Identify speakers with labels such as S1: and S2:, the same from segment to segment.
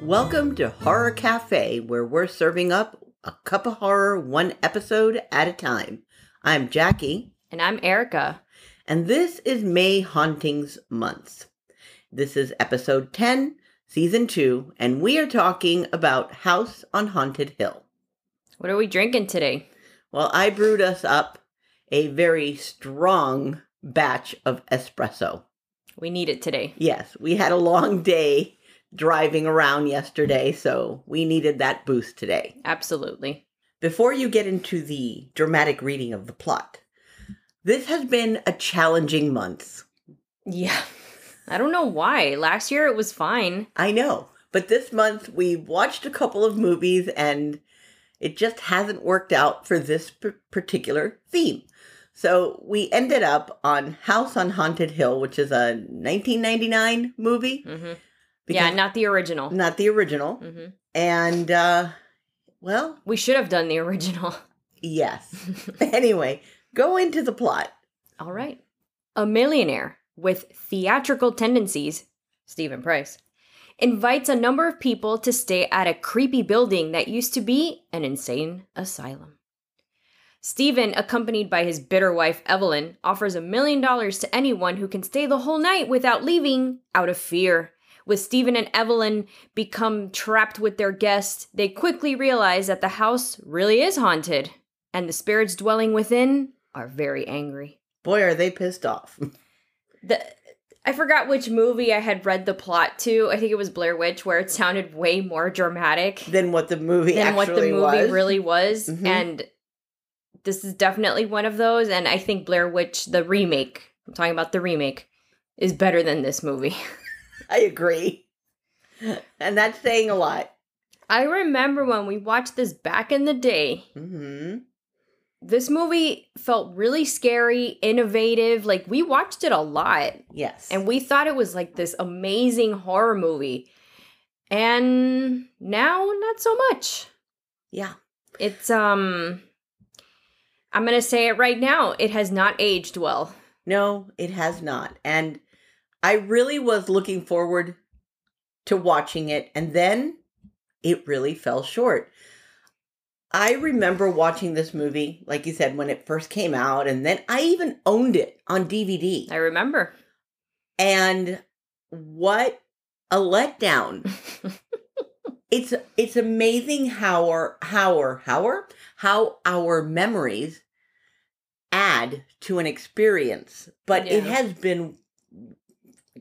S1: Welcome to Horror Cafe, where we're serving up a cup of horror one episode at a time. I'm Jackie,
S2: And I'm Erica.
S1: and this is May Hauntings Month. This is episode 10, season 2, and we are talking about House on Haunted Hill.
S2: What are we drinking today?
S1: Well, I brewed us up a very strong batch of espresso.
S2: We need it today.
S1: Yes, we had a long day driving around yesterday, so we needed that boost today.
S2: Absolutely.
S1: Before you get into the dramatic reading of the plot, this has been a challenging month.
S2: Yeah. I don't know why. Last year it was fine.
S1: I know, but this month we watched a couple of movies and it just hasn't worked out for this p- particular theme. So we ended up on House on Haunted Hill, which is a 1999 movie.
S2: hmm Yeah, not the original.
S1: not the original.
S2: hmm
S1: And, uh, well,
S2: We should have done the original.
S1: yes. anyway, go into the plot.
S2: All right. A millionaire with theatrical tendencies, Stephen Price, invites a number of people to stay at a creepy building that used to be an insane asylum. Stephen, accompanied by his bitter wife Evelyn, offers a million dollars to anyone who can stay the whole night without leaving out of fear. With Stephen and Evelyn become trapped with their guest, they quickly realize that the house really is haunted, and the spirits dwelling within are very angry
S1: Boy, are they pissed off.
S2: the I forgot which movie I had read the plot to. I think it was Blair Witch, where it sounded way more dramatic
S1: than what the movie
S2: than
S1: actually
S2: what the movie
S1: was.
S2: really was.
S1: Mhm.
S2: And this is definitely one of those. And I think Blair Witch, the remake, I'm talking about the remake, is better than this movie.
S1: I agree. And that's saying a lot.
S2: I remember when we watched this back in the day.
S1: hmm
S2: This movie felt really scary, innovative. Like we watched it a lot.
S1: Yes.
S2: and we thought it was like this amazing horror movie and now not so much
S1: yeah.
S2: it's um i'm gonna say it right now it has not aged well
S1: No, it has not. And I really was looking forward to watching it. And then it really fell short. I remember watching this movie, like you said, when it first came out. And then I even owned it on DVD.
S2: i remember
S1: and what a letdown it's it's amazing how our how our how our, how our memories add to an experience but it
S2: Yeah.
S1: has been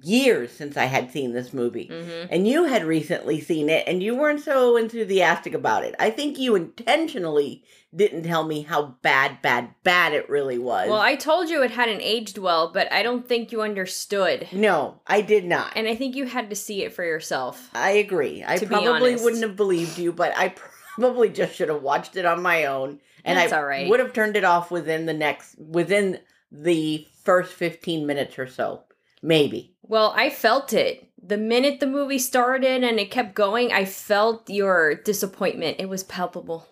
S1: years since i had seen this movie
S2: hmm
S1: and you had recently seen it and you weren't so enthusiastic about it i think you intentionally didn't tell me how bad bad bad it really was
S2: well i told you it hadn't aged well but i don't think you understood
S1: no i did not
S2: and i think you had to see it for yourself
S1: I agree. I
S2: to be
S1: probably
S2: honest.
S1: wouldn't have believed you, but I probably just should have watched it on my own, and
S2: That's
S1: I
S2: all right.
S1: would have turned it off within the next within the first fifteen minutes or so, maybe.
S2: well i felt it the minute the movie started and it kept going i felt your disappointment it was palpable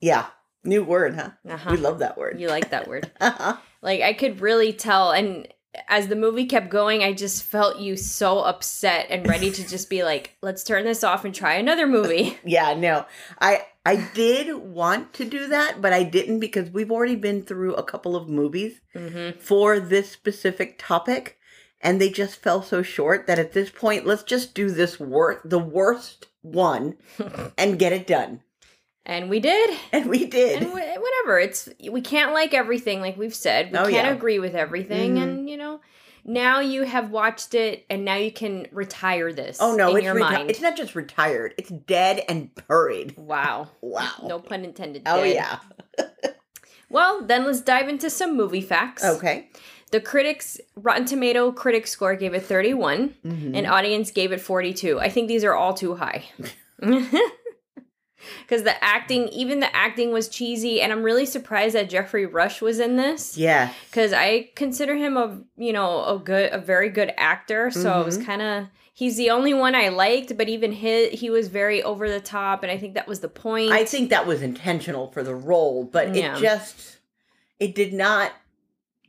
S1: Yeah, new word, huh?
S2: uh-huh
S1: We love that word.
S2: you like that word
S1: Uh-huh.
S2: Like I could really tell and as the movie kept going, I just felt you so upset and ready to just be like, let's turn this off and try another movie.
S1: Yeah, no, I I did want to do that, but I didn't because we've already been through a couple of movies
S2: Mm-hmm.
S1: for this specific topic. And they just fell so short that at this point, let's just do this work, the worst one, and get it done.
S2: And we did.
S1: And we did.
S2: And wh- whatever. It's we can't like everything like we've said. We
S1: Oh,
S2: can't
S1: yeah.
S2: agree with everything
S1: Mhm.
S2: and you know, now you have watched it and now you can retire this
S1: oh no,
S2: in
S1: it's
S2: your
S1: reti-
S2: mind.
S1: it's not just retired. It's dead and buried.
S2: wow.
S1: Wow.
S2: No pun intended.
S1: oh
S2: dead.
S1: yeah.
S2: Well, then let's dive into some movie facts.
S1: Okay.
S2: The critics Rotten Tomato critic score gave it 31.
S1: Mhm.
S2: An audience gave it 42. I think these are all too high. Because the acting, even the acting was cheesy, and I'm really surprised that Jeffrey Rush was in this.
S1: yeah.
S2: Because I consider him a you know a good a very good actor, so it
S1: Mm-hmm.
S2: was kind of he's the only one I liked, but even his he was very over the top, and I think that was the point.
S1: I think that was intentional for the role, but
S2: Yeah.
S1: it just it did not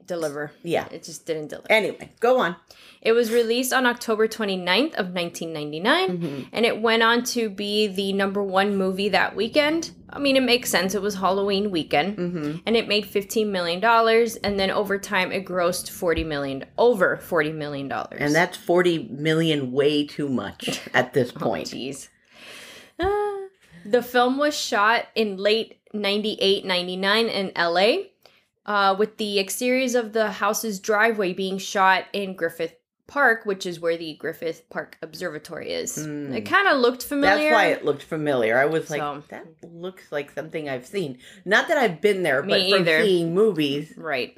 S2: deliver.
S1: Yeah.
S2: It just didn't deliver.
S1: Anyway, go on.
S2: It was released on October 29th of 1999
S1: Mm-hmm.
S2: and it went on to be the number 1 movie that weekend. I mean, it makes sense. It was Halloween weekend
S1: Mm-hmm.
S2: and it made 15 million dollars and then over time it grossed 40 million over 40 million dollars.
S1: And that's 40 million way too much at
S2: Oh,
S1: this point.
S2: Jeez. Ah. the film was shot in late 98, 99 in LA, uh, with the exteriors of the house's driveway being shot in Griffith Park, which is where the Griffith Park Observatory is.
S1: Mm.
S2: It kind of looked familiar.
S1: That's why it looked familiar. I was like,
S2: So-
S1: that looks like something I've seen. Not that I've been there,
S2: Me
S1: but from
S2: either.
S1: seeing movies
S2: right.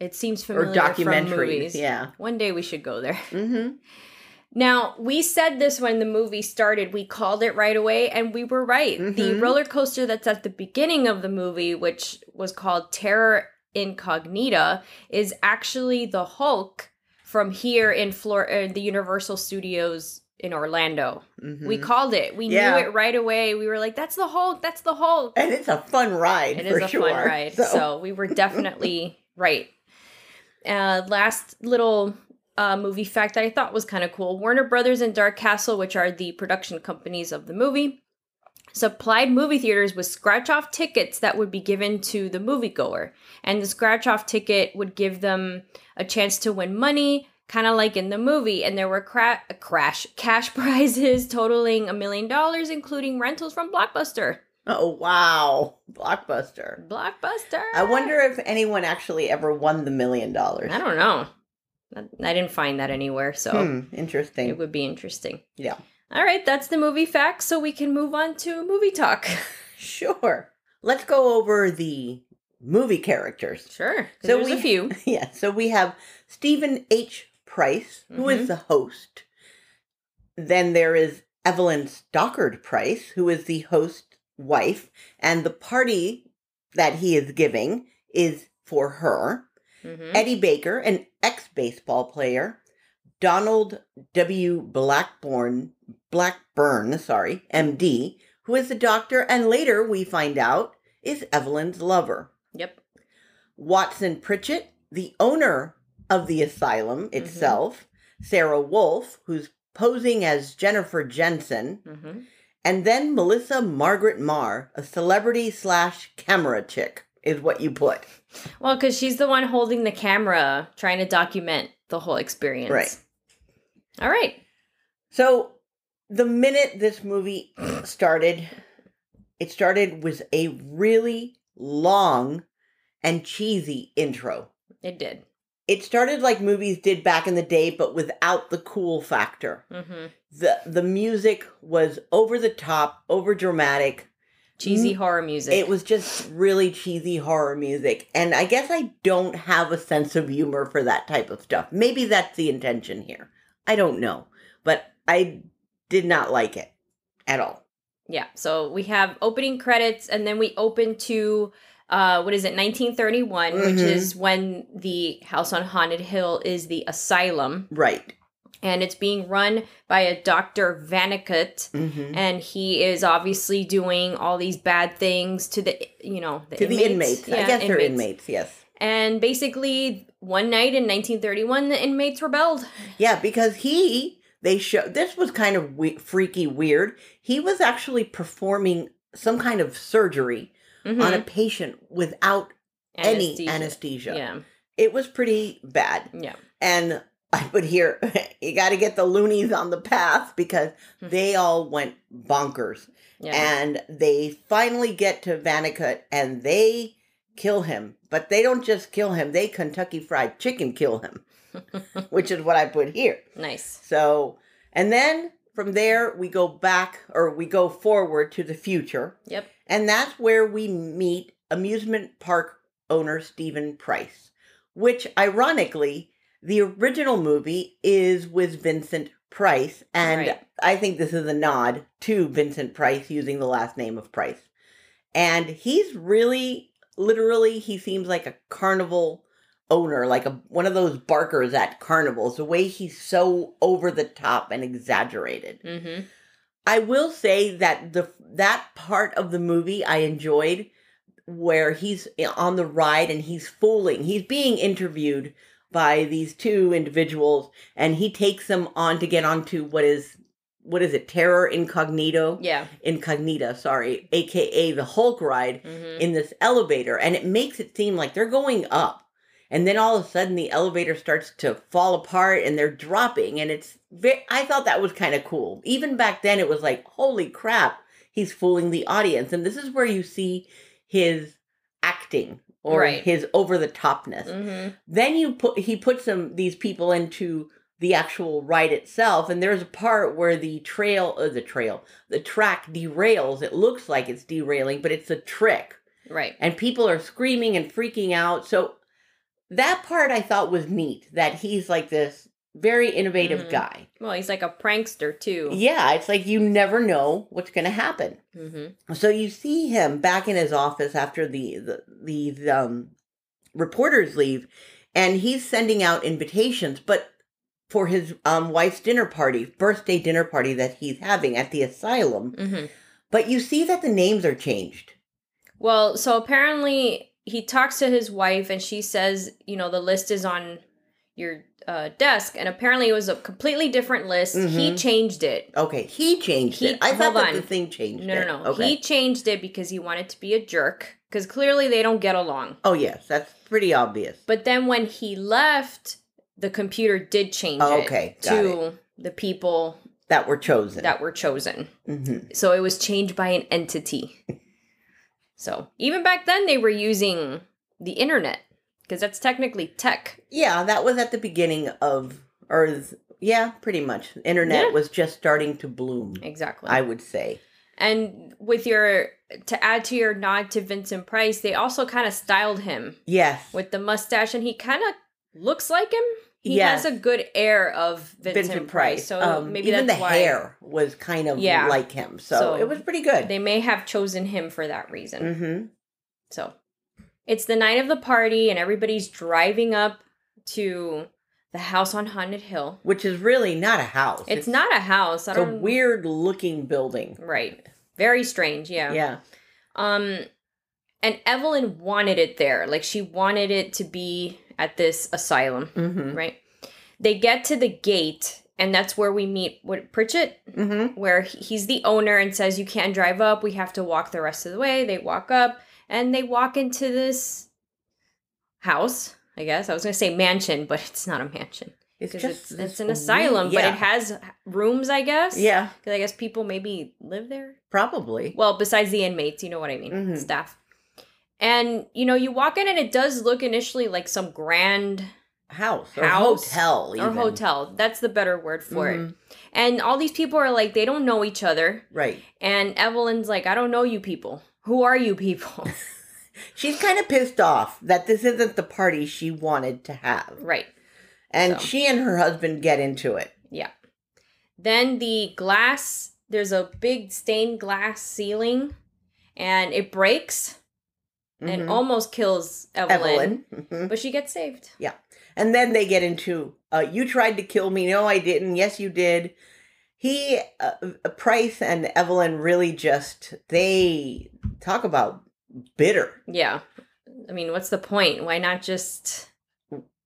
S2: It seems familiar.
S1: or
S2: From
S1: documentaries.
S2: movies.
S1: Yeah.
S2: One day we should go there.
S1: Mm-hmm.
S2: Now, we said this when the movie started. We called it right away, and we were right. The
S1: Mhm.
S2: roller coaster that's at the beginning of the movie, which was called Terror Incognita, is actually the Hulk from here in Florida, the Universal Studios in Orlando.
S1: Mm-hmm.
S2: We called it. We
S1: Yeah.
S2: knew it right away. We were like, that's the Hulk. That's the Hulk.
S1: and it's a fun ride.
S2: It
S1: for
S2: is a
S1: sure.
S2: fun ride. So. we were definitely right. Uh, last little uh, movie fact that I thought was kind of cool Warner Brothers and Dark Castle, which are the production companies of the movie, supplied movie theaters with scratch off tickets that would be given to the moviegoer. And the scratch off ticket would give them a chance to win money. Kind of like in the movie, and there were cra- crash cash prizes totaling a million dollars, including rentals from Blockbuster.
S1: oh, wow. Blockbuster.
S2: Blockbuster.
S1: I wonder if anyone actually ever won the million dollars.
S2: Ah. I don't know. I- I didn't find that anywhere, so
S1: Hmm, interesting.
S2: it would be interesting.
S1: Yeah.
S2: All right, that's the movie facts, so we can move on to movie talk.
S1: Sure. Let's go over the movie characters.
S2: Sure.
S1: So
S2: So there's
S1: we-
S2: a few.
S1: Yeah, so we have Stephen H. Price, who is
S2: Mhm.
S1: the host. Then there is Evelyn Stockard Price, who is the host wife, and the party that he is giving is for her.
S2: Mhm.
S1: Eddie Baker, an ex baseball player, Donald W. Blackburn, Blackburn, sorry, MD, who is the doctor, and later we find out is Evelyn's lover.
S2: Yep.
S1: Watson Pritchett, the owner of the asylum itself, Sarah Wolf, who's posing as Jennifer Jensen,
S2: hmm
S1: and then Melissa Margaret Marr, a celebrity slash camera chick, is what you put.
S2: Well, because she's the one holding the camera, trying to document the whole experience.
S1: Right.
S2: All right.
S1: So, the minute this movie started, it started with a really long and cheesy intro.
S2: It did.
S1: It started like movies did back in the day, but without the cool factor.
S2: hmm
S1: The the music was over the top, over dramatic.
S2: Cheesy
S1: Mm.
S2: horror music.
S1: It was just really cheesy horror music. And I guess I don't have a sense of humor for that type of stuff. Maybe that's the intention here. I don't know. But I did not like it at all.
S2: Yeah. So we have opening credits, and then we open to uh, what is it, 1931,
S1: Mhm.
S2: which is when the house on Haunted Hill is the asylum,
S1: Right.
S2: and it's being run by a Doctor Vanikut,
S1: Mm-hmm.
S2: and he is obviously doing all these bad things to the, you know, the
S1: To the
S2: inmates.
S1: inmates. I
S2: Yeah,
S1: guess they're inmates, yes.
S2: And basically, one night in 1931, the inmates rebelled.
S1: Yeah, because he, they show, this was kind of we- freaky weird. He was actually performing some kind of surgery
S2: Mhm.
S1: on a patient without any anesthesia.
S2: Yeah.
S1: It was pretty bad.
S2: Yeah.
S1: And I put here, you got to get the loonies on the path because they all went bonkers.
S2: Hmm. Yeah.
S1: And they finally get to Vanikut and they kill him. But they don't just kill him, they Kentucky Fried Chicken kill him, which is what I put here.
S2: nice.
S1: So, and then from there, we go back or we go forward to the future.
S2: Yep.
S1: And that's where we meet amusement park owner Stephen Price, which ironically, the original movie is with Vincent Price. And
S2: Right.
S1: I think this is a nod to Vincent Price using the last name of Price. And he's really, literally, he seems like a carnival owner, like a, one of those barkers at carnivals, the way he's so over the top and exaggerated.
S2: Mm-hmm.
S1: I will say that the that part of the movie I enjoyed where he's on the ride and he's fooling. He's being interviewed by these two individuals and he takes them on to get onto what is what is it? Terror Incognito?
S2: Yeah.
S1: Incognita, sorry, aka the Hulk ride
S2: Mhm.
S1: in this elevator and it makes it seem like they're going up. And then all of a sudden the elevator starts to fall apart and they're dropping and it's ve- I thought that was kind of cool. Even back then it was like, "Holy crap, he's fooling the audience." And this is where you see his acting or
S2: Right.
S1: his over the topness.
S2: Mhm.
S1: Then you put he puts them these people into the actual ride itself, and there's a part where the trail or the trail, the track derails. It looks like it's derailing, but it's a trick.
S2: Right.
S1: And people are screaming and freaking out. So that part I thought was neat that he's like this very innovative
S2: Mhm.
S1: guy.
S2: Well, he's like a prankster too.
S1: Yeah, it's like you never know what's going to happen.
S2: Mm-hmm.
S1: So you see him back in his office after the the, the um, reporters leave, and he's sending out invitations, but for his um, wife's dinner party, birthday dinner party that he's having at the asylum.
S2: Mm-hmm.
S1: But you see that the names are changed.
S2: Well, so apparently he talks to his wife and she says, you know, the list is on your uh, desk. And apparently it was a completely different list. He
S1: Mhm.
S2: changed it.
S1: Okay, he changed
S2: He-
S1: it. I
S2: hold
S1: thought that
S2: on.
S1: the thing changed.
S2: No,
S1: it.
S2: no, no.
S1: Okay.
S2: He changed it because he wanted to be a jerk because clearly they don't get along.
S1: oh yes, that's pretty obvious.
S2: But then when he left, the computer did change it
S1: Okay, got
S2: to the people
S1: That were chosen.
S2: that were chosen.
S1: hmm
S2: So it was changed by an entity. so even back then, they were using the internet because that's technically tech.
S1: Yeah, that was at the beginning of Earth. Yeah, pretty much. Internet
S2: Yeah.
S1: was just starting to bloom.
S2: Exactly.
S1: I would say.
S2: and with your, to add to your nod to Vincent Price, they also kind of styled him
S1: Yes.
S2: with the mustache and he kind of looks like him. He
S1: Yes.
S2: has a good air of Vincent, Price. So
S1: Um,
S2: maybe
S1: even
S2: that's
S1: the
S2: why
S1: hair was kind of
S2: Yeah.
S1: like him, so,
S2: So
S1: it was pretty good.
S2: they may have chosen him for that reason.
S1: hmm
S2: So it's the night of the party, and everybody's driving up to the house on Haunted Hill.
S1: Which is really not a house.
S2: It's, not a house. I
S1: It's a
S2: don't
S1: weird looking building.
S2: Right. Very strange. Yeah.
S1: Yeah.
S2: Um, and Evelyn wanted it there. Like she wanted it to be at this asylum,
S1: Mm-hmm.
S2: right? They get to the gate, and that's where we meet what Pritchett,
S1: Mm-hmm.
S2: where he- he's the owner and says, "You can't drive up. We have to walk the rest of the way." They walk up, and they walk into this house. I guess I was gonna say mansion, but it's not a mansion
S1: It's
S2: because
S1: just
S2: it's, it's
S1: this
S2: an
S1: weird-
S2: asylum, but
S1: yeah.
S2: it has rooms. I guess.
S1: yeah,
S2: Because I guess people maybe live there.
S1: probably.
S2: Well, besides the inmates, you know what I mean,
S1: Mhm.
S2: staff. And you know, you walk in and it does look initially like some grand
S1: house or
S2: house
S1: hotel.
S2: or
S1: even.
S2: hotel. That's the better word for it.
S1: Mhm.
S2: And all these people are like they don't know each other.
S1: Right.
S2: And Evelyn's like, I don't know you people. Who are you people?
S1: She's kind of pissed off that this isn't the party she wanted to have,
S2: right.
S1: and
S2: So.
S1: she and her husband get into it.
S2: Then the glass, there's a big stained glass ceiling and it breaks and
S1: Mhm.
S2: almost kills Evelyn,
S1: Evelyn. Mhm.
S2: But she gets saved.
S1: And then they get into, uh, you tried to kill me. No, I didn't. Yes, you did. He, uh, uh, Price and Evelyn really just, they talk about bitter.
S2: Yeah. I mean, what's the point? Why not just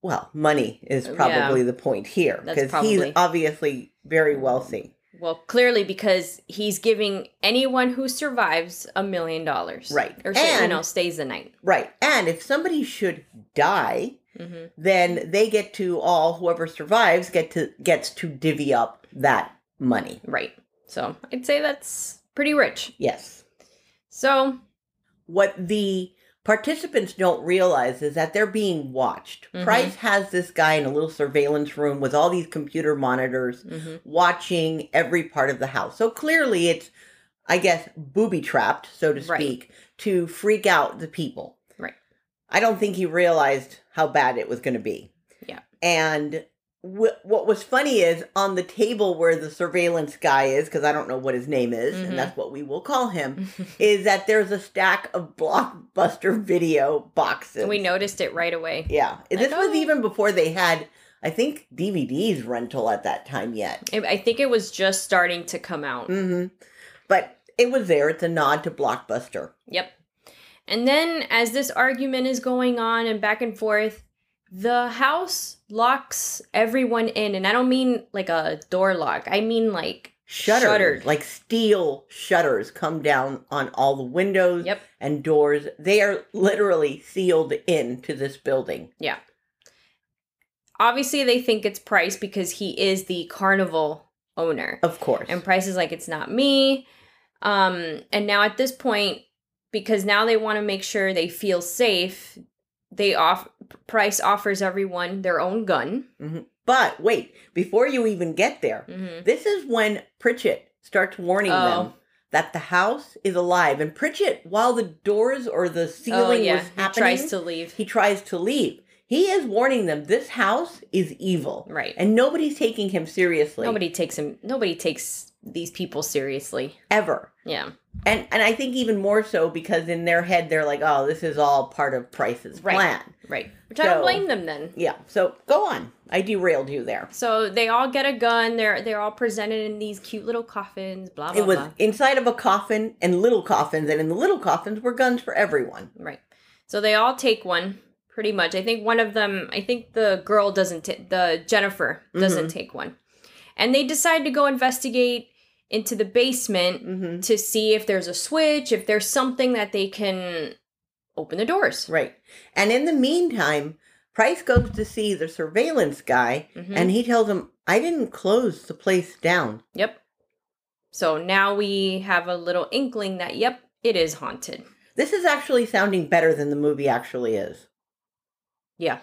S1: Well, money is
S2: Yeah.
S1: probably the point here
S2: That's
S1: because he's
S2: probably-
S1: obviously very wealthy.
S2: Well, clearly because he's giving anyone who survives a million dollars.
S1: Right.
S2: Or so, you
S1: And-
S2: know, stays the night.
S1: Right. And if somebody should die,
S2: hmm
S1: then they get to all whoever survives get to gets to divvy up that money.
S2: Right. So I'd say that's pretty rich.
S1: Yes.
S2: So
S1: what the participants don't realize is that they're being watched.
S2: Mhm.
S1: Price has this guy in a little surveillance room with all these computer monitors
S2: mhm,
S1: watching every part of the house. So clearly it's I guess booby trapped, so to
S2: Right.
S1: speak, to freak out the people.
S2: Right.
S1: I don't think he realized how bad it was going to be.
S2: Yeah.
S1: And wh- what was funny is on the table where the surveillance guy is, because I don't know what his name is,
S2: Mhm.
S1: and that's what we will call him
S2: Mm-hmm.
S1: is that there's a stack of blockbuster video boxes.
S2: we noticed it right away.
S1: Yeah. This
S2: Like,
S1: was
S2: oh.
S1: even before they had, I think, DVDs rental at that time yet.
S2: I I think it was just starting
S1: Mm.
S2: to come out.
S1: Mm-hmm. hmm But it was there. It's a nod to Blockbuster.
S2: Yep. And then, as this argument is going on and back and forth, the house locks everyone in. And I don't mean like a door lock, I mean like
S1: Shutters,
S2: Shuttered.
S1: like steel shutters, come down on all the windows
S2: Yep.
S1: and doors. They are literally sealed into this building.
S2: obviously they think it's Price because he is the carnival owner.
S1: Of course.
S2: And Price is like, it's not me. Um, and now at this point, because now they want to make sure they feel safe, they off Price offers everyone their own gun.
S1: but wait, before you even get there,
S2: hmm
S1: This is when Pritchett starts warning them
S2: Oh.
S1: that the house is alive. And Pritchett, while the doors or the ceiling
S2: Oh yeah,
S1: was
S2: he
S1: happening,
S2: tries to leave.
S1: he tries to leave. He is warning them this house is evil.
S2: Right.
S1: And nobody's taking him seriously.
S2: Nobody takes him. Nobody takes these people seriously.
S1: ever.
S2: Yeah.
S1: And and I think even more so because in their head they're like, oh, this is all part of Price's
S2: Right.
S1: plan.
S2: Right. Which I don't
S1: So-
S2: blame them then.
S1: Yeah. So go on. I derailed you there.
S2: So they all get a gun. They're they're all presented in these cute little coffins. Blah blah.
S1: It was
S2: blah.
S1: inside of a coffin and little coffins, and in the little coffins were guns for everyone.
S2: Right. So they all take one, pretty much. I think one of them, I think the girl doesn't, ta- the Jennifer doesn't take one. And they decide to go investigate into the basement
S1: Mm-hmm.
S2: to see if there's a switch, if there's something that they can open the doors.
S1: Right. And in the meantime, Price goes to see the surveillance guy
S2: Mhm.
S1: and he tells him, I didn't close the place down.
S2: Yep. So now we have a little inkling that, yep, it is haunted.
S1: This is actually sounding better than the movie actually is.
S2: Yeah.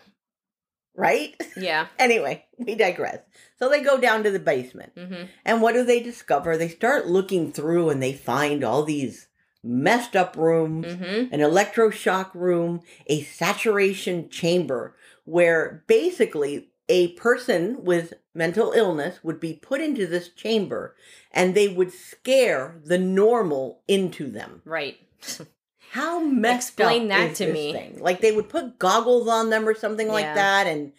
S1: Right?
S2: Yeah.
S1: anyway, we digress. So they go down to the basement.
S2: hmm
S1: And what do they discover? They start looking through and they find all these messed up rooms.
S2: hmm
S1: an electroshock room, a saturation chamber, where basically a person with mental illness would be put into this chamber and they would scare the normal into them.
S2: Right.
S1: How messed
S2: Explain
S1: up
S2: that
S1: is
S2: to
S1: this
S2: me.
S1: thing? Like they would put goggles on them or something
S2: Yeah.
S1: like that and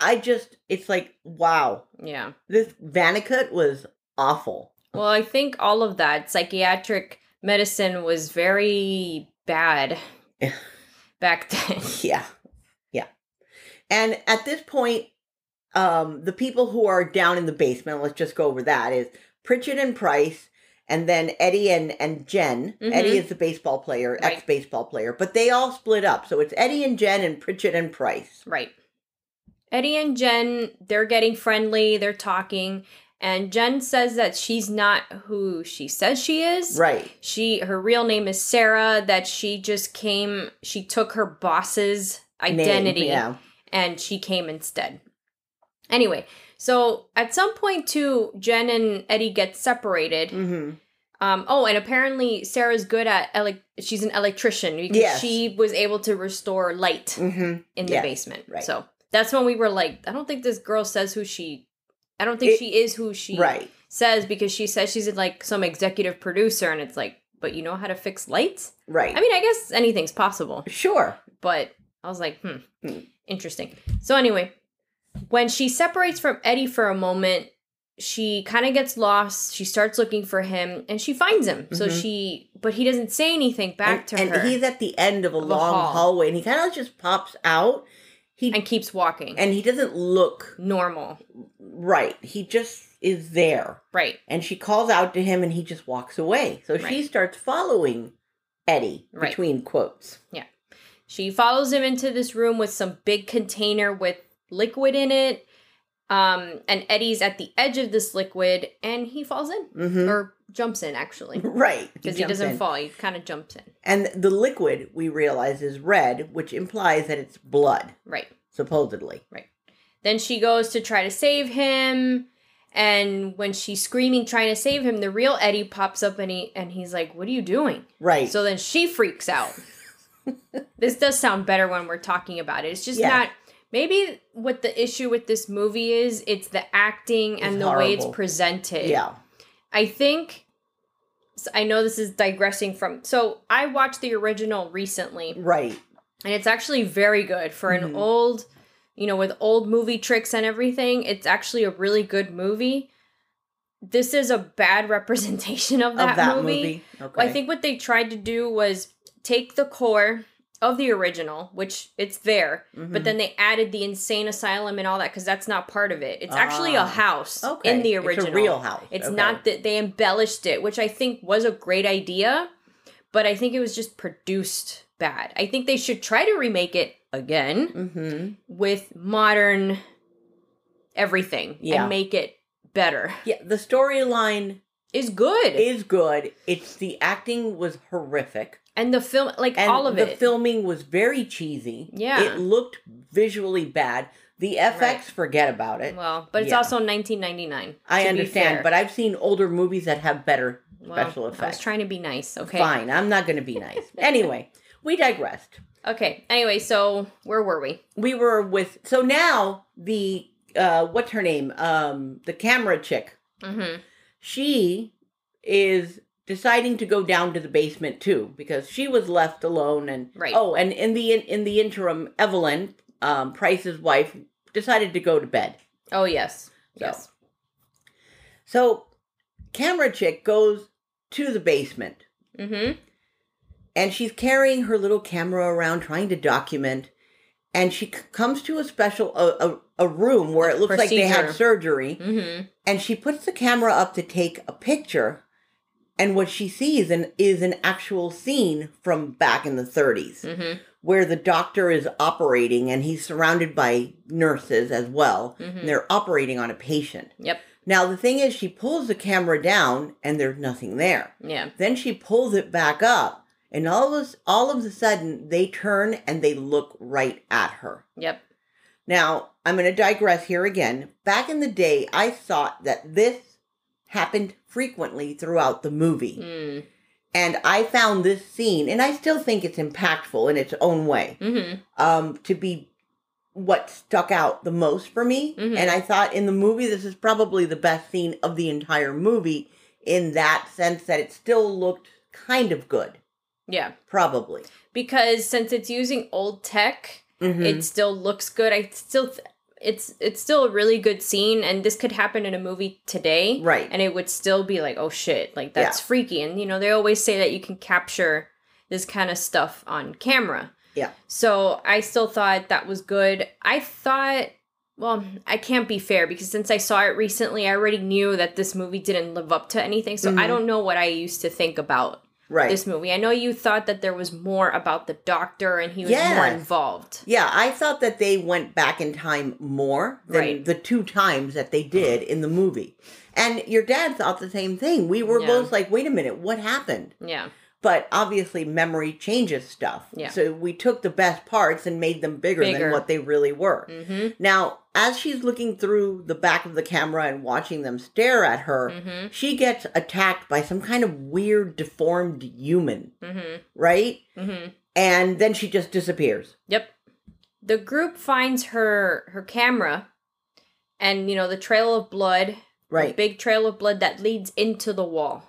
S1: I just it's like wow.
S2: yeah.
S1: This Vanicut was awful.
S2: Well, I think all of that psychiatric medicine was very bad
S1: Yeah.
S2: back then.
S1: Yeah. Yeah. And at this point, um, the people who are down in the basement, let's just go over that, is Pritchett and Price, and then Eddie and, and Jen.
S2: Mhm.
S1: Eddie is the baseball player,
S2: Right.
S1: ex baseball player, but they all split up. So it's Eddie and Jen and Pritchett and Price.
S2: Right. Eddie and Jen, they're getting friendly, they're talking, and Jen says that she's not who she says she is.
S1: Right.
S2: She her real name is Sarah, that she just came, she took her boss's
S1: Name,
S2: identity.
S1: Yeah.
S2: and she came instead. Anyway, so at some point too, Jen and Eddie get separated.
S1: hmm
S2: Um, oh, and apparently Sarah's good at elec- she's an electrician because
S1: Yes.
S2: she was able to restore light
S1: hmm
S2: in the
S1: Yes,
S2: basement.
S1: right.
S2: So that's when we were like, I don't think this girl says who she. I don't think
S1: It-
S2: she is who she
S1: Right.
S2: says because she says she's like some executive producer, and it's like, but you know how to fix lights?
S1: Right.
S2: I mean, I guess anything's possible,
S1: sure.
S2: but I was like, hmm,
S1: Hmm.
S2: interesting. So anyway, when she separates from Eddie for a moment, she kind of gets lost. She starts looking for him, and she finds him. So
S1: Mhm.
S2: she, but he doesn't say anything back
S1: and,
S2: to
S1: and
S2: her,
S1: he's at the end of a
S2: Of a
S1: long
S2: hall.
S1: hallway and he kind of just pops out. He
S2: and keeps walking.
S1: and he doesn't look
S2: Normal,
S1: right. He just is there.
S2: right,
S1: and she calls out to him and he just walks away. So she
S2: Right.
S1: starts following Eddie
S2: Right.
S1: between quotes.
S2: She follows him into this room with some big container with liquid in it. Um, and Eddie's at the edge of this liquid and he falls in
S1: hmm
S2: or jumps in actually.
S1: Right.
S2: Because he
S1: jumps
S2: doesn't
S1: in.
S2: fall, he kind of jumps in.
S1: And the liquid, we realize, is red, which implies that it's blood,
S2: Right.
S1: supposedly.
S2: Then she goes to try to save him. And when she's screaming, trying to save him, the real Eddie pops up and he and he's like, What are you doing?
S1: Right.
S2: So then she freaks out. this does sound better when we're talking about it. It's just
S1: Yeah.
S2: not maybe what the issue with this movie is, it's the acting and
S1: It's
S2: the way it's
S1: horrible.
S2: presented.
S1: yeah.
S2: I think so I know this is digressing from so I watched the original recently
S1: Right.
S2: and it's actually very good for an
S1: Mhm.
S2: old you know with old movie tricks and everything it's actually a really good movie this is a bad representation of that,
S1: of that
S2: movie,
S1: movie. Okay.
S2: i think what they tried to do was take the core of the original, which it's there,
S1: Mhm.
S2: but then they added the insane asylum and all that because that's not part of it. It's actually a
S1: Ah.
S2: house in the original.
S1: It's a real house.
S2: It's
S1: Okay.
S2: not that they embellished it, which I think was a great idea, but I think it was just produced bad. I think they should try to remake it again Mm-hmm.
S1: Mhm.
S2: with modern everything
S1: Yeah.
S2: and make it better.
S1: Yeah, the storyline
S2: Is good.
S1: is good. It's the acting was horrific.
S2: and the film like
S1: And
S2: all of
S1: the
S2: it.
S1: filming was very cheesy.
S2: Yeah.
S1: It looked visually bad. The FX,
S2: Right.
S1: forget about it.
S2: well, but it's
S1: Yeah.
S2: also 1999.
S1: I understand, but I've seen older movies that have better special
S2: I
S1: effects.
S2: was trying to be nice, okay?
S1: Fine, I'm not going to be nice. anyway, we digressed.
S2: Okay. Anyway, so where were we?
S1: We were with so now the uh what's her name? Um the camera chick.
S2: Mhm.
S1: She is deciding to go down to the basement too because she was left alone and
S2: Right.
S1: oh and in the in the interim Evelyn um Price's wife decided to go to bed.
S2: Oh, yes.
S1: So.
S2: Yes.
S1: So camera chick goes to the basement
S2: Mhm.
S1: and she's carrying her little camera around trying to document and she c- comes to a special a, a, a room where it looks like they
S2: Procedure.
S1: had surgery
S2: Mhm.
S1: and she puts the camera up to take a picture and what she sees an, is an actual scene from back in the 30s
S2: Mhm.
S1: where the doctor is operating and he's surrounded by nurses as well
S2: Mhm.
S1: and they're operating on a patient
S2: Yep.
S1: now the thing is she pulls the camera down and there's nothing there
S2: Yeah.
S1: then she pulls it back up, and all of a, all of a sudden they turn and they look right at her.
S2: Yep.
S1: Now I'm going to digress here again. Back in the day, I thought that this happened frequently throughout the movie,
S2: Mm.
S1: and I found this scene, and I still think it's impactful in its own way,
S2: Mhm.
S1: um, to be what stuck out the most for me.
S2: Mhm.
S1: And I thought in the movie, this is probably the best scene of the entire movie in that sense that it still looked kind of good.
S2: Yeah.
S1: Probably.
S2: Because since it's using old tech,
S1: Mhm.
S2: it still looks good. I still th- it's it's still a really good scene and this could happen in a movie today.
S1: right.
S2: And it would still be like, "Oh shit, like that's
S1: Yeah.
S2: freaky." And you know, they always say that you can capture this kind of stuff on camera.
S1: Yeah.
S2: So, I still thought that was good. I thought well, I can't be fair because since I saw it recently, I already knew that this movie didn't live up to anything. So I
S1: Mhm.
S2: don't know what I used to think about
S1: right.
S2: this movie. I know you thought that there was more about the doctor and he was more
S1: Yes.
S2: involved.
S1: yeah, I thought that they went back in time more than
S2: Right.
S1: the two times that they did in the movie. And your dad thought the same thing. We were
S2: Yeah.
S1: both like, wait a minute, what happened?
S2: Yeah.
S1: But obviously, memory changes stuff.
S2: Yeah.
S1: So we took the best parts and made them bigger,
S2: Bigger.
S1: than what they really were.
S2: Mm-hmm.
S1: Now, as she's looking through the back of the camera and watching them stare at her,
S2: Mm-hmm.
S1: she gets attacked by some kind of weird, deformed human,
S2: Mm-hmm.
S1: right?
S2: Mm-hmm.
S1: And then she just disappears.
S2: Yep. The group finds her her camera and you know the trail of blood. the
S1: Right.
S2: big trail of blood that leads into the wall.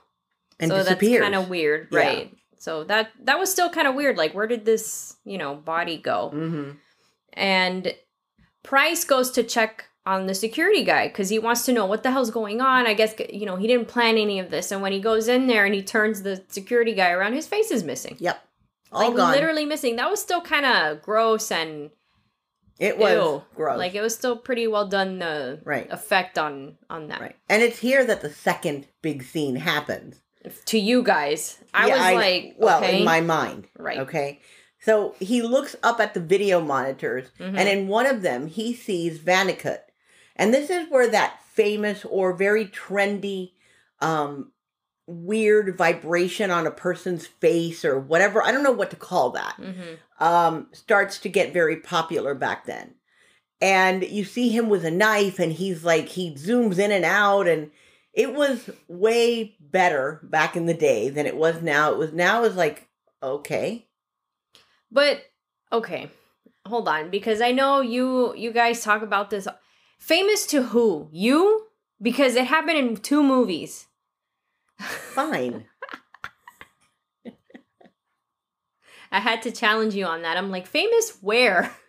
S1: and
S2: so
S1: disappears.
S2: that's kind of weird,
S1: Yeah.
S2: right? So that that was still kind of weird. Like where did this, you know, body go?
S1: Mhm.
S2: and Price goes to check on the security guy because he wants to know what the hell's going on. I guess you know he didn't plan any of this, and when he goes in there and he turns the security guy around, his face is missing,
S1: Yep. All
S2: like
S1: gone.
S2: literally missing. That was still kind of gross and
S1: it was
S2: ew.
S1: gross.
S2: Like it was still pretty well done the
S1: right.
S2: effect on on that
S1: Right. And it's here that the second big scene happens.
S2: to you guys. I
S1: Yeah,
S2: was like,
S1: well,
S2: okay,
S1: in my mind.
S2: right,
S1: Okay. So he looks up at the video monitors,
S2: Mhm.
S1: and in one of them, he sees Vanikut. And this is where that famous or very trendy, um, weird vibration on a person's face or whatever, I don't know what to call that.
S2: Mhm.
S1: um, starts to get very popular back then. And you see him with a knife, and he's like, he zooms in and out. And it was way better back in the day than it was now. It was now is like, okay.
S2: But okay, hold on because I know you you guys talk about this. Famous to who? You? Because it happened in two movies.
S1: Fine.
S2: I had to challenge you on that. I'm like, famous where?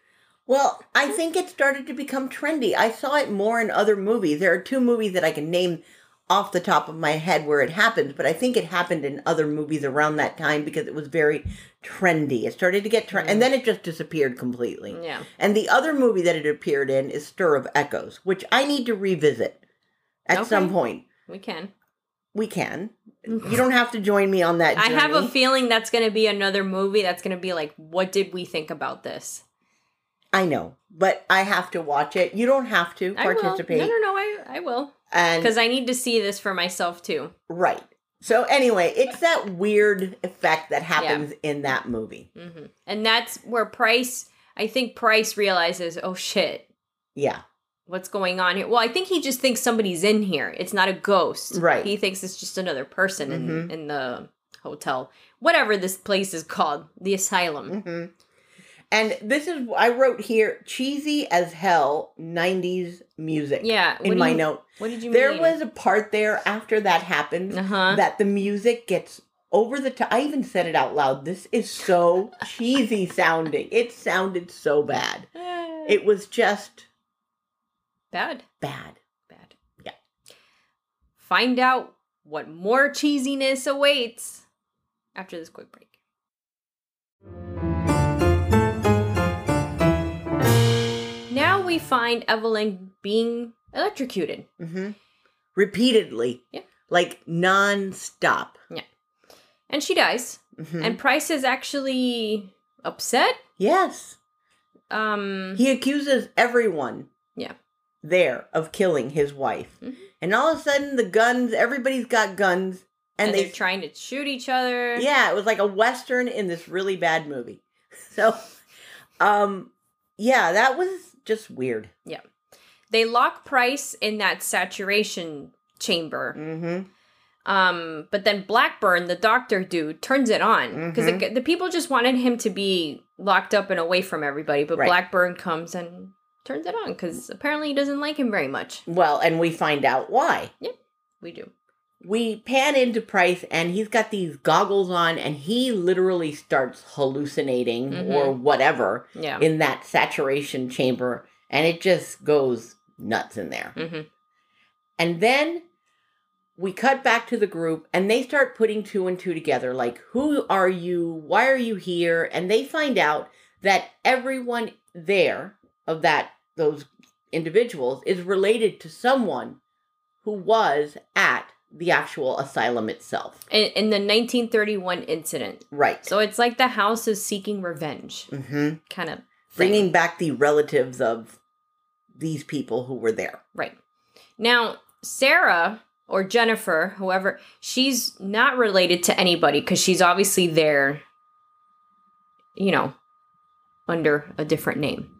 S1: Well, I think it started to become trendy. I saw it more in other movies. There are two movies that I can name off the top of my head where it happened, but I think it happened in other movies around that time because it was very trendy. It started to get trendy, and then it just disappeared completely.
S2: Yeah.
S1: And the other movie that it appeared in is Stir of Echoes, which I need to revisit at
S2: Okay.
S1: some point.
S2: We can.
S1: We can. You don't have to join me on that.
S2: I have a
S1: journey.
S2: feeling that's going to be another movie that's going to be like, what did we think about this?
S1: I know, but I have to watch it. You don't have to participate.
S2: I will. No, no, no. I, I will.
S1: And
S2: Because I need to see this for myself too.
S1: Right. So anyway, it's that weird effect that happens in that movie.
S2: hmm And that's where Price, I think Price realizes, oh shit,
S1: Yeah.
S2: what's going on here? Well, I think he just thinks somebody's in here. It's not a ghost.
S1: Right. Mm-hmm.
S2: He thinks it's just another person in, in the hotel, whatever this place is called, the asylum.
S1: hmm And this is I wrote here cheesy as hell 90s music.
S2: Yeah. what
S1: In
S2: do
S1: my
S2: you-
S1: note,
S2: What did you
S1: there
S2: mean?
S1: was a part there after that happened
S2: Uh huh.
S1: that the music gets over the top. I even said it out loud. This is so cheesy sounding. It sounded so bad.
S2: It
S1: It was just
S2: Eh, bad.
S1: bad.
S2: Bad.
S1: Yeah.
S2: Find out what more cheesiness awaits after this quick break. Now we find Evelyn being electrocuted.
S1: hmm Repeatedly.
S2: Yeah.
S1: Like nonstop.
S2: And she dies.
S1: Mm-hmm.
S2: And Price is actually upset.
S1: Yes.
S2: Um
S1: He accuses everyone.
S2: Yeah.
S1: There of killing his wife.
S2: Mhm.
S1: And all of a sudden the guns, everybody's got guns
S2: and,
S1: and,
S2: they, are
S1: they
S2: trying to shoot each other.
S1: Yeah, it was like a western in this really bad movie. So um yeah, that was just weird.
S2: They lock Price in that saturation chamber.
S1: Mhm.
S2: Um, but then Blackburn, the doctor dude, turns it on because
S1: Mhm.
S2: the, the people just wanted him to be locked up and away from everybody. But
S1: Right.
S2: Blackburn comes and turns it on because apparently he doesn't like him very much.
S1: Well, and we find out why.
S2: We do.
S1: We pan into Price and he's got these goggles on and he literally starts hallucinating
S2: Mhm.
S1: or whatever
S2: Yeah.
S1: in that saturation chamber and it just goes nuts in there.
S2: hmm
S1: And then we cut back to the group and they start putting two and two together like, who are you? Why are you here? And they find out that everyone there of that, those individuals is related to someone who was at the actual asylum itself.
S2: In, in the 1931 incident.
S1: Right.
S2: So it's like the house is seeking revenge,
S1: hmm
S2: kind of.
S1: Bringing back the relatives of these people who were there.
S2: Right. Now, Sarah or Jennifer, whoever, she's not related to anybody because she's obviously there, you know, under a different name.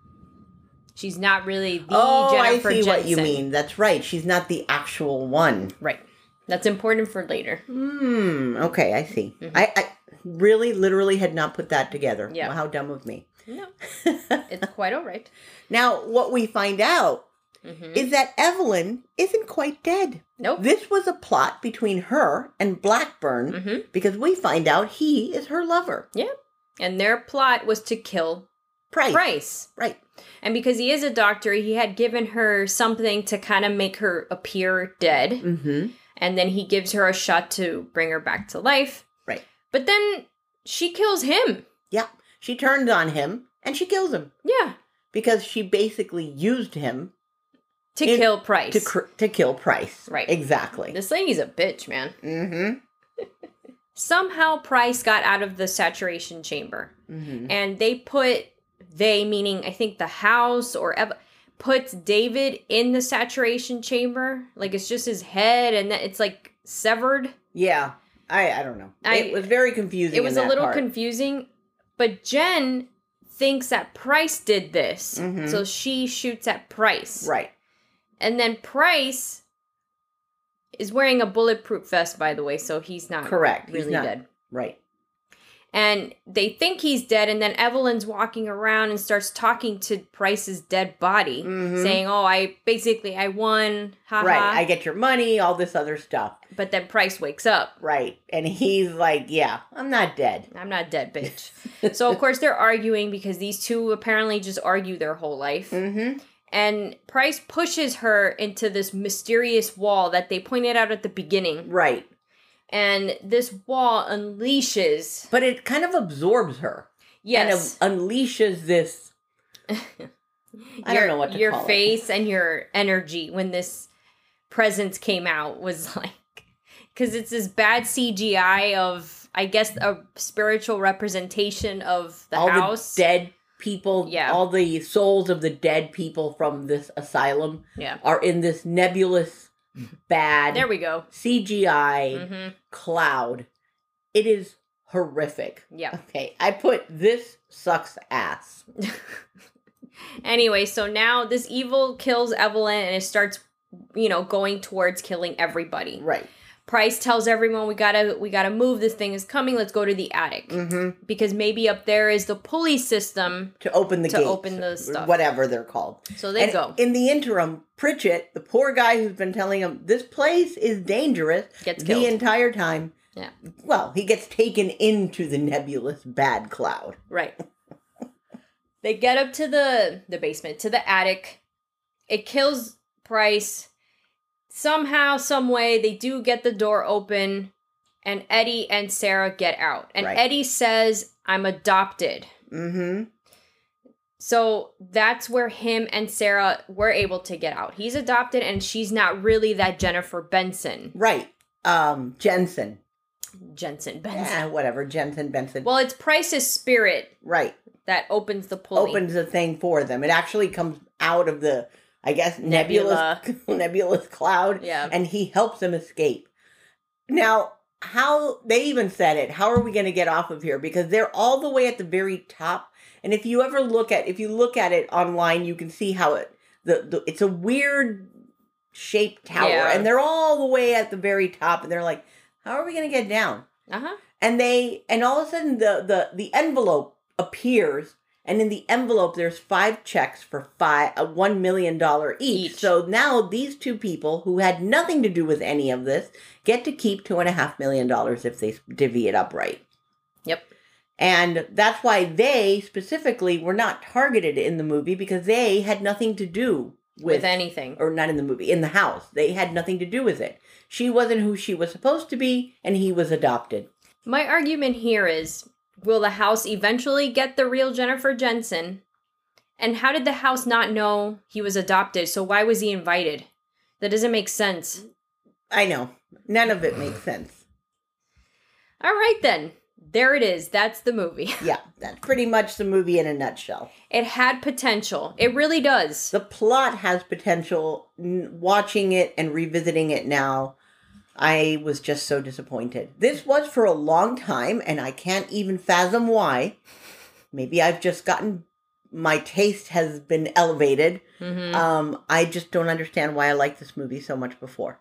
S2: She's not really the
S1: oh,
S2: Jennifer
S1: I see what you
S2: Jensen.
S1: mean. That's right. She's not the actual one.
S2: Right. That's important for later.
S1: Hmm. Okay, I see.
S2: Mhm.
S1: I, I really, literally had not put that together.
S2: Yeah.
S1: Wow, how dumb of me.
S2: No, it's quite all right.
S1: now, what we find out
S2: Mhm.
S1: is that Evelyn isn't quite dead.
S2: Nope.
S1: This was a plot between her and Blackburn
S2: hmm
S1: because we find out he is her lover.
S2: And their plot was to kill
S1: Price.
S2: Bryce.
S1: Right.
S2: And because he is a doctor, he had given her something to kind of make her appear dead.
S1: Mm-hmm.
S2: and then he gives her a shot to bring her back to life.
S1: Right.
S2: But then she kills him.
S1: Yeah. She turns on him and she kills him
S2: Yeah.
S1: because she basically used him
S2: To
S1: In-
S2: kill Price.
S1: to cr- to kill Price.
S2: Right.
S1: Exactly.
S2: this lady's a bitch, man.
S1: Mm-hmm.
S2: Somehow Price got out of the saturation chamber
S1: Mm-hmm.
S2: and they put they meaning I think the house or Ev- puts David in the saturation chamber. Like it's just his head and that it's like severed.
S1: Yeah. I, I don't know.
S2: I-
S1: it was very confusing.
S2: It was
S1: in
S2: a
S1: that
S2: little
S1: part.
S2: confusing, but Jen thinks that Price did this.
S1: Mhm.
S2: So she shoots at Price.
S1: Right.
S2: And then Price is wearing a bulletproof vest, by the way, so he's not
S1: Correct. He's
S2: really
S1: not-
S2: dead.
S1: Right.
S2: And they think he's dead, and then Evelyn's walking around and starts talking to Price's dead body,
S1: Mhm.
S2: saying, "Oh, I basically I won, haha."
S1: Right. I get your money, all this other stuff.
S2: but then Price wakes up.
S1: Right. And he's like, yeah, I'm not dead.
S2: I'm not dead, bitch. so of course they're arguing because these two apparently just argue their whole life.
S1: Mm-hmm.
S2: and Price pushes her into this mysterious wall that they pointed out at the beginning.
S1: Right.
S2: And this wall unleashes.
S1: But it kind of absorbs her.
S2: Yes.
S1: And um, unleashes this. I don't
S2: your-
S1: know what to
S2: Your
S1: call it.
S2: face and your energy when this presence came out was like. Because it's this bad CGI of, I guess, a spiritual representation of the
S1: all
S2: house.
S1: the dead people,
S2: Yeah.
S1: all the souls of the dead people from this asylum
S2: yeah.
S1: are in this nebulous, bad
S2: There we go.
S1: CGI
S2: hmm
S1: cloud. It is horrific.
S2: Yeah.
S1: Okay, I put this sucks ass.
S2: Anyway, so now this evil kills Evelyn and it starts, you know, going towards killing everybody.
S1: Right.
S2: Price tells everyone we gotta we gotta move. This thing is coming. Let's go to the attic
S1: Mm-hmm.
S2: because maybe up there is the pulley system.
S1: To open the
S2: To
S1: gates,
S2: open the stuff.
S1: whatever they're called.
S2: So they
S1: And
S2: go.
S1: In the interim, Pritchett, the poor guy who's been telling him this place is dangerous
S2: Gets
S1: the
S2: killed.
S1: entire time.
S2: Yeah.
S1: Well, he gets taken into the nebulous bad cloud.
S2: right. they get up to the the basement to the attic. It kills Price. Somehow, some way, they do get the door open, and Eddie and Sarah get out. And
S1: Right.
S2: Eddie says, "I'm adopted."
S1: Mm-hmm.
S2: So that's where him and Sarah were able to get out. He's adopted and she's not really that Jennifer Benson.
S1: Right. Um, Jensen.
S2: Jensen Benson.
S1: Yeah, whatever. Jensen Benson.
S2: Well, it's Price's spirit
S1: right.
S2: that opens the pulley.
S1: Opens the thing for them. It actually comes out of the, I guess, nebulous
S2: Nebula.
S1: nebulous cloud.
S2: Yeah.
S1: And he helps them escape. Now, how they even said it, how are we going to get off of here? Because they're all the way at the very top. And if you ever look at if you look at it online, you can see how it the, the it's a weird shaped tower.
S2: Yeah.
S1: And they're all the way at the very top and they're like, how are we going to get down?
S2: Uh-huh.
S1: And they and all of a sudden the the the envelope appears and in the envelope there's five checks for five uh, 1 million dollar each.
S2: Each.
S1: So now these two people who had nothing to do with any of this get to keep two and a half million dollars if they divvy it up right.
S2: Yep.
S1: And that's why they specifically were not targeted in the movie because they had nothing to do
S2: With,
S1: with,
S2: anything.
S1: or not in the movie, in the house. They had nothing to do with it. She wasn't who she was supposed to be, and he was adopted.
S2: My argument here is will the house eventually get the real Jennifer Jensen? And how did the house not know he was adopted? So why was he invited? That doesn't make sense.
S1: I know. None of it makes sense.
S2: All right then. There it is. That's the movie.
S1: Yeah, that's pretty much the movie in a nutshell.
S2: It had potential. It really does.
S1: The plot has potential. N- watching it and revisiting it now, I was just so disappointed. This was for a long time, and I can't even fathom why. Maybe I've just gotten my taste has been elevated.
S2: Mhm.
S1: Um, I just don't understand why I liked this movie so much before.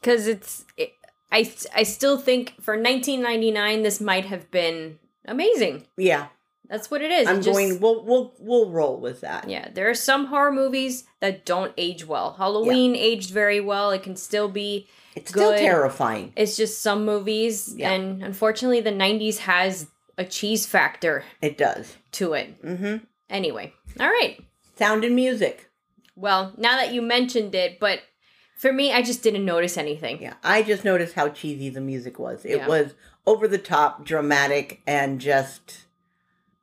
S2: because it's it, I I still think for 1999 this might have been amazing.
S1: Yeah,
S2: That's what it is.
S1: I'm
S2: It just-
S1: going. We'll we'll we'll roll with that.
S2: Yeah, there are some horror movies that don't age well. Halloween aged very well. It can still be.
S1: It's still
S2: Good.
S1: terrifying.
S2: It's just some movies,
S1: Yeah.
S2: and unfortunately, the 90s has a cheese factor
S1: It does.
S2: to it.
S1: Mm-hmm.
S2: Anyway, all right.
S1: Sound and music.
S2: Well, now that you mentioned it, but for me, I just didn't notice anything.
S1: Yeah, I just noticed how cheesy the music was. It
S2: Yeah.
S1: was over the top, dramatic, and just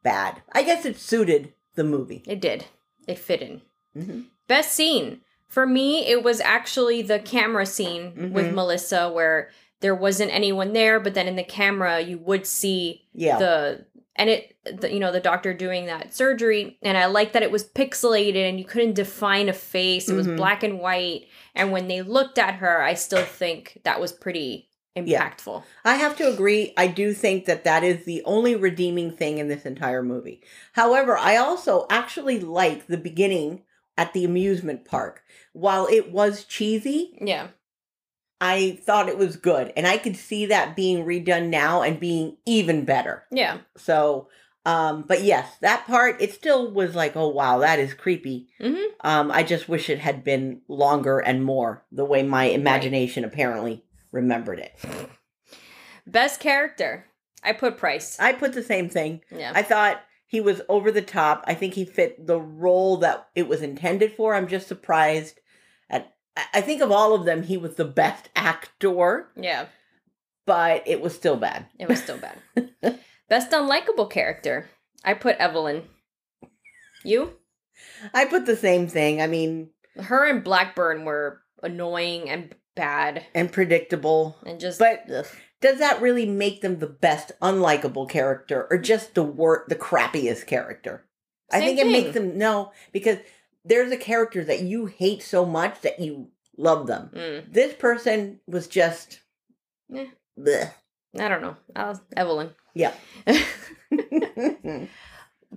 S1: bad. I guess it suited the movie.
S2: It did. It fit in. Mm-hmm.
S1: Mhm.
S2: Best scene. For me, it was actually the camera scene with
S1: Mhm.
S2: Melissa where there wasn't anyone there, but then in the camera you would see
S1: Yeah,
S2: the and it the, you know the doctor doing that surgery and I like that it was pixelated and you couldn't define a face. It was
S1: Mhm.
S2: black and white and when they looked at her, I still think that was pretty
S1: Yeah.
S2: impactful.
S1: I have to agree. I do think that that is the only redeeming thing in this entire movie. However, I also actually like the beginning at the amusement park. While it was cheesy,
S2: Yeah.
S1: I thought it was good, and I could see that being redone now and being even better.
S2: Yeah.
S1: So, um, but yes, that part it still was like, oh wow, that is creepy.
S2: Mhm.
S1: Um, I just wish it had been longer and more the way my imagination apparently remembered it.
S2: Best character. I put Price.
S1: I put the same thing.
S2: Yeah.
S1: I thought He was over the top. I think he fit the role that it was intended for. I'm just surprised at I- I think of all of them he was the best actor,
S2: Yeah,
S1: but it was still bad.
S2: it was still bad. Best unlikable character. I put Evelyn. You?
S1: I put the same thing. I mean,
S2: Her and Blackburn were annoying and bad
S1: and predictable.
S2: and just
S1: But
S2: ugh.
S1: does that really make them the best unlikable character or just the wor- the crappiest character? I
S2: Same
S1: think it
S2: thing.
S1: makes them no because there's a character that you hate so much that you love them.
S2: Mm,
S1: This person was just
S2: Eh.
S1: bleh.
S2: I don't know. I'll, Evelyn.
S1: Yeah.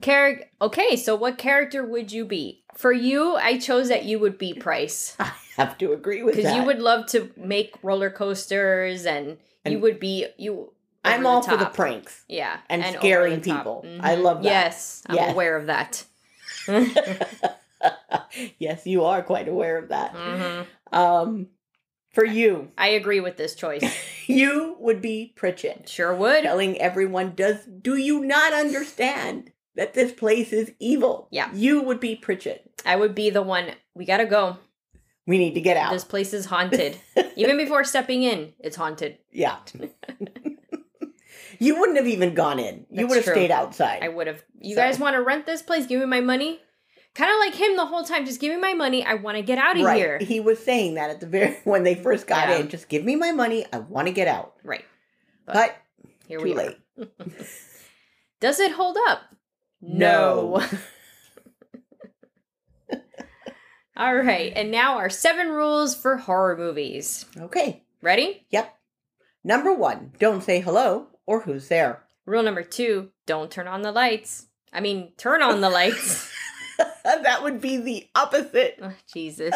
S2: Character. Okay, so what character would you be? For you, I chose that you would be Price
S1: I have to agree with
S2: because
S1: that.
S2: you would love to make roller coasters and, you
S1: And-
S2: would be you.
S1: I'm
S2: over
S1: all for the
S2: top.
S1: pranks.
S2: Yeah.
S1: and
S2: over
S1: scaring
S2: the top. Mm-hmm.
S1: people. I love that.
S2: Yes, I'm
S1: Yes.
S2: aware of that. Mm-hmm.
S1: yes, you are quite aware of that.
S2: Mhm.
S1: Um, for you,
S2: I agree with this choice.
S1: you would be Pritchett.
S2: Sure would.
S1: telling everyone does do you not understand that this place is evil
S2: Yeah.
S1: you would be pritchett
S2: I would be the one. We gotta go.
S1: we need to get out
S2: This place is haunted. Even before stepping in, it's haunted.
S1: yeah you wouldn't have even gone in you
S2: That's
S1: would have
S2: true.
S1: stayed outside
S2: I would have. You
S1: So-
S2: guys want to rent this place? Give me my money. Kind of like him the whole time. Just give me my money. I want to get out of
S1: right
S2: here.
S1: he was saying that at the very when they first got
S2: Yeah.
S1: in just give me my money i want to get out
S2: Right. But
S1: but
S2: Here
S1: too
S2: we are.
S1: late
S2: Does it hold up?
S1: No.
S2: All right. And now our seven rules for horror movies.
S1: okay
S2: Ready?
S1: yep number one don't say hello or who's there
S2: Rule number two don't turn on the lights. I mean, turn on the lights.
S1: that would be the opposite
S2: Ugh, Jesus.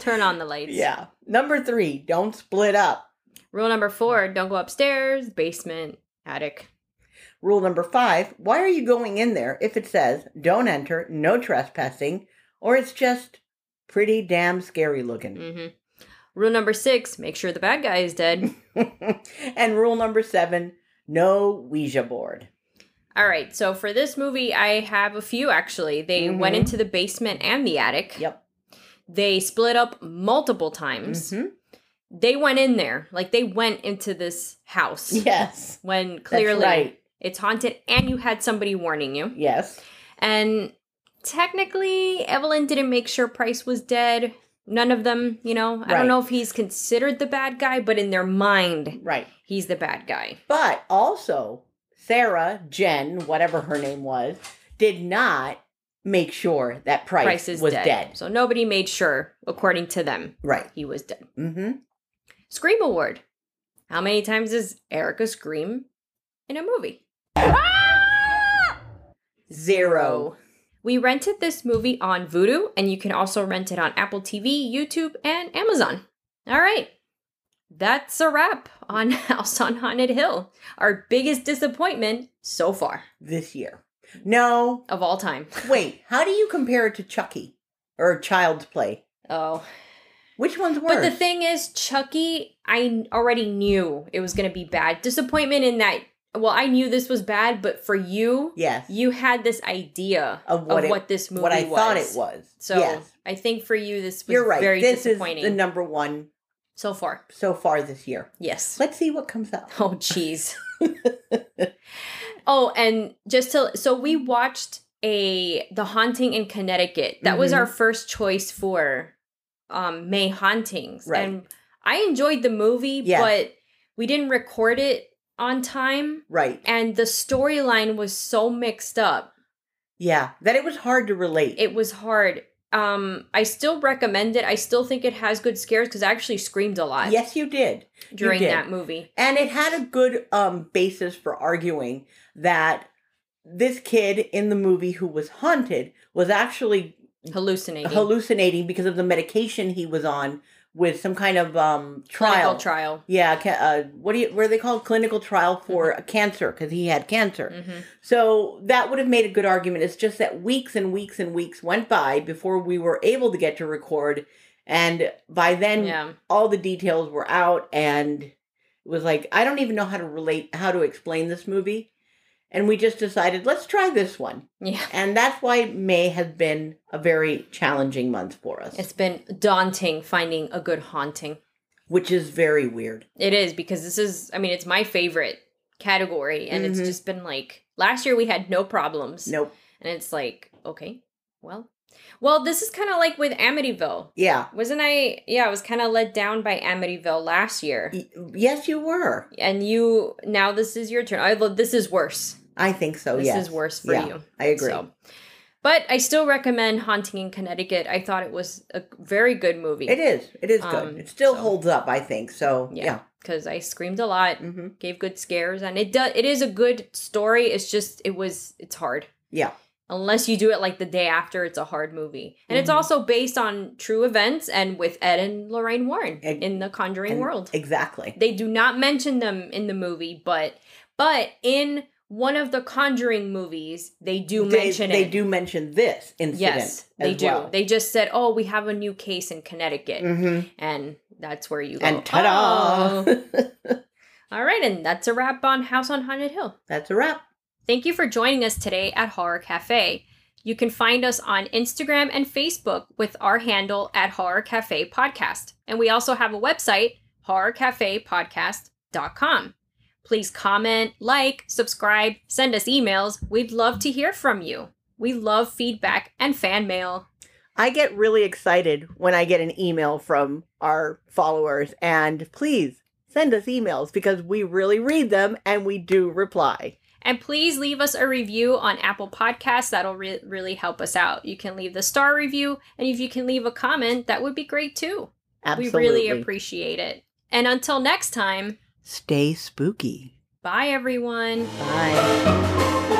S2: Turn on the lights.
S1: yeah number three don't split up
S2: Rule number four don't go upstairs, basement, attic.
S1: Rule number five why are you going in there if it says don't enter, no trespassing, or it's just pretty damn scary looking?
S2: hmm Rule number six make sure the bad guy is dead. Mm.
S1: and rule number seven no Ouija board.
S2: All right. So for this movie, I have a few actually. They went
S1: Mhm.
S2: into the basement and the attic.
S1: Yep.
S2: They split up multiple times.
S1: Mhm.
S2: They went in there. Like they went into this house
S1: Yes.
S2: when
S1: Clearly.
S2: clearly
S1: That's right.
S2: it's haunted and you had somebody warning you.
S1: Yes.
S2: And technically, Evelyn didn't make sure Price was dead. None of them, you know. I
S1: Right.
S2: don't know if he's considered the bad guy, but in their mind,
S1: Right.
S2: he's the bad guy.
S1: But also, Sarah, Jen, whatever her name was, did not make sure that Price,
S2: Price is
S1: was
S2: dead.
S1: dead.
S2: So nobody made sure, according to them,
S1: Right.
S2: he was dead.
S1: Mm-hmm.
S2: Scream Award. How many times does Erica scream in a movie?
S1: Zero.
S2: Oh. We rented this movie on Vudu, and you can also rent it on Apple TV, YouTube, and Amazon. All right. That's a wrap on House on Haunted Hill, our biggest disappointment so far
S1: this year. No,
S2: of all time.
S1: Wait, how do you compare it to Chucky or Child's Play?
S2: Oh.
S1: Which one's worse?
S2: But the thing is, Chucky, I already knew it was going to be bad. Disappointment in that, well, I knew this was bad, but for you,
S1: yes,
S2: you had this idea
S1: Of what it-
S2: this movie
S1: what I
S2: was.
S1: thought it was.
S2: So
S1: yes,
S2: I think for you, this was
S1: you're right.
S2: very
S1: this is
S2: disappointing
S1: the number one
S2: so far.
S1: so far this year.
S2: Yes.
S1: Let's see what comes up.
S2: Oh, jeez. oh, and just to so we watched a The Haunting in Connecticut. That was
S1: Mhm.
S2: our first choice for um May hauntings,
S1: Right.
S2: and I enjoyed the movie,
S1: Yeah.
S2: but we didn't record it on time,
S1: Right?
S2: and the storyline was so mixed up.
S1: Yeah, that it was hard to relate.
S2: it was hard. Um, I still recommend it. I still think it has good scares because I actually screamed a lot
S1: yes, you did,
S2: during
S1: did.
S2: that movie.
S1: and it had a good um basis for arguing that this kid in the movie who was haunted was actually
S2: Hallucinating.
S1: hallucinating because of the medication he was on with some kind of um
S2: Clinical
S1: trial
S2: trial.
S1: Yeah, ca- uh, what do you? Where they called clinical trial for
S2: Mm-hmm.
S1: cancer because he had cancer.
S2: hmm
S1: So that would have made a good argument. It's just that weeks and weeks and weeks went by before we were able to get to record, and by then
S2: Yeah.
S1: all the details were out, and it was like I don't even know how to relate, how to explain this movie, and we just decided let's try this one.
S2: Yeah.
S1: And that's why May has been a very challenging month for us,
S2: It's been daunting finding a good haunting.
S1: which is very weird.
S2: It is because this is, I mean, it's my favorite category. And
S1: Mhm.
S2: it's just been like, last year we had no problems.
S1: Nope.
S2: And it's like, okay, well. Well, this is kind of like with Amityville.
S1: Yeah.
S2: Wasn't I? Yeah, I was kind of let down by Amityville last year.
S1: Y- yes, you were.
S2: And you, now this is your turn. Although this is worse.
S1: I think so.
S2: this
S1: Oh, yes.
S2: is worse for
S1: Yeah,
S2: you.
S1: I agree.
S2: So. But I still recommend Haunting in Connecticut. I thought it was a very good movie.
S1: It is. It is
S2: Um,
S1: good. It still
S2: so-
S1: holds up, I think. So, yeah.
S2: Yeah. Because I screamed a lot,
S1: hmm
S2: gave good scares, and it does. It is a good story. It's just it was it's hard.
S1: Yeah.
S2: Unless you do it like the day after, it's a hard movie, and it's
S1: Mhm.
S2: also based on true events and with Ed and Lorraine Warren
S1: Ex-
S2: in the Conjuring
S1: and-
S2: world.
S1: Exactly.
S2: They do not mention them in the movie, but but in one of the Conjuring movies, they do
S1: they,
S2: mention
S1: they
S2: it.
S1: do mention this incident.
S2: Yes, they
S1: as
S2: do.
S1: well.
S2: They just said, "Oh, we have a new case in Connecticut,"
S1: Mhm.
S2: and that's where you go.
S1: And ta
S2: "Oh."
S1: da!
S2: All right, and that's a wrap on House on Haunted Hill.
S1: That's a wrap.
S2: Thank you for joining us today at Horror Cafe. You can find us on Instagram and Facebook with our handle at Horror Cafe Podcast. And we also have a website, horrorcafepodcast.com. Please comment, like, subscribe, send us emails. We'd love to hear from you. We love feedback and fan mail.
S1: I get really excited when I get an email from our followers, and please send us emails because we really read them and we do reply.
S2: And please leave us a review on Apple Podcasts. That'll re- really help us out. You can leave the star review, and if you can leave a comment, that would be great too.
S1: Absolutely.
S2: We really appreciate it. And until next time,
S1: Stay spooky.
S2: bye everyone.
S1: Bye.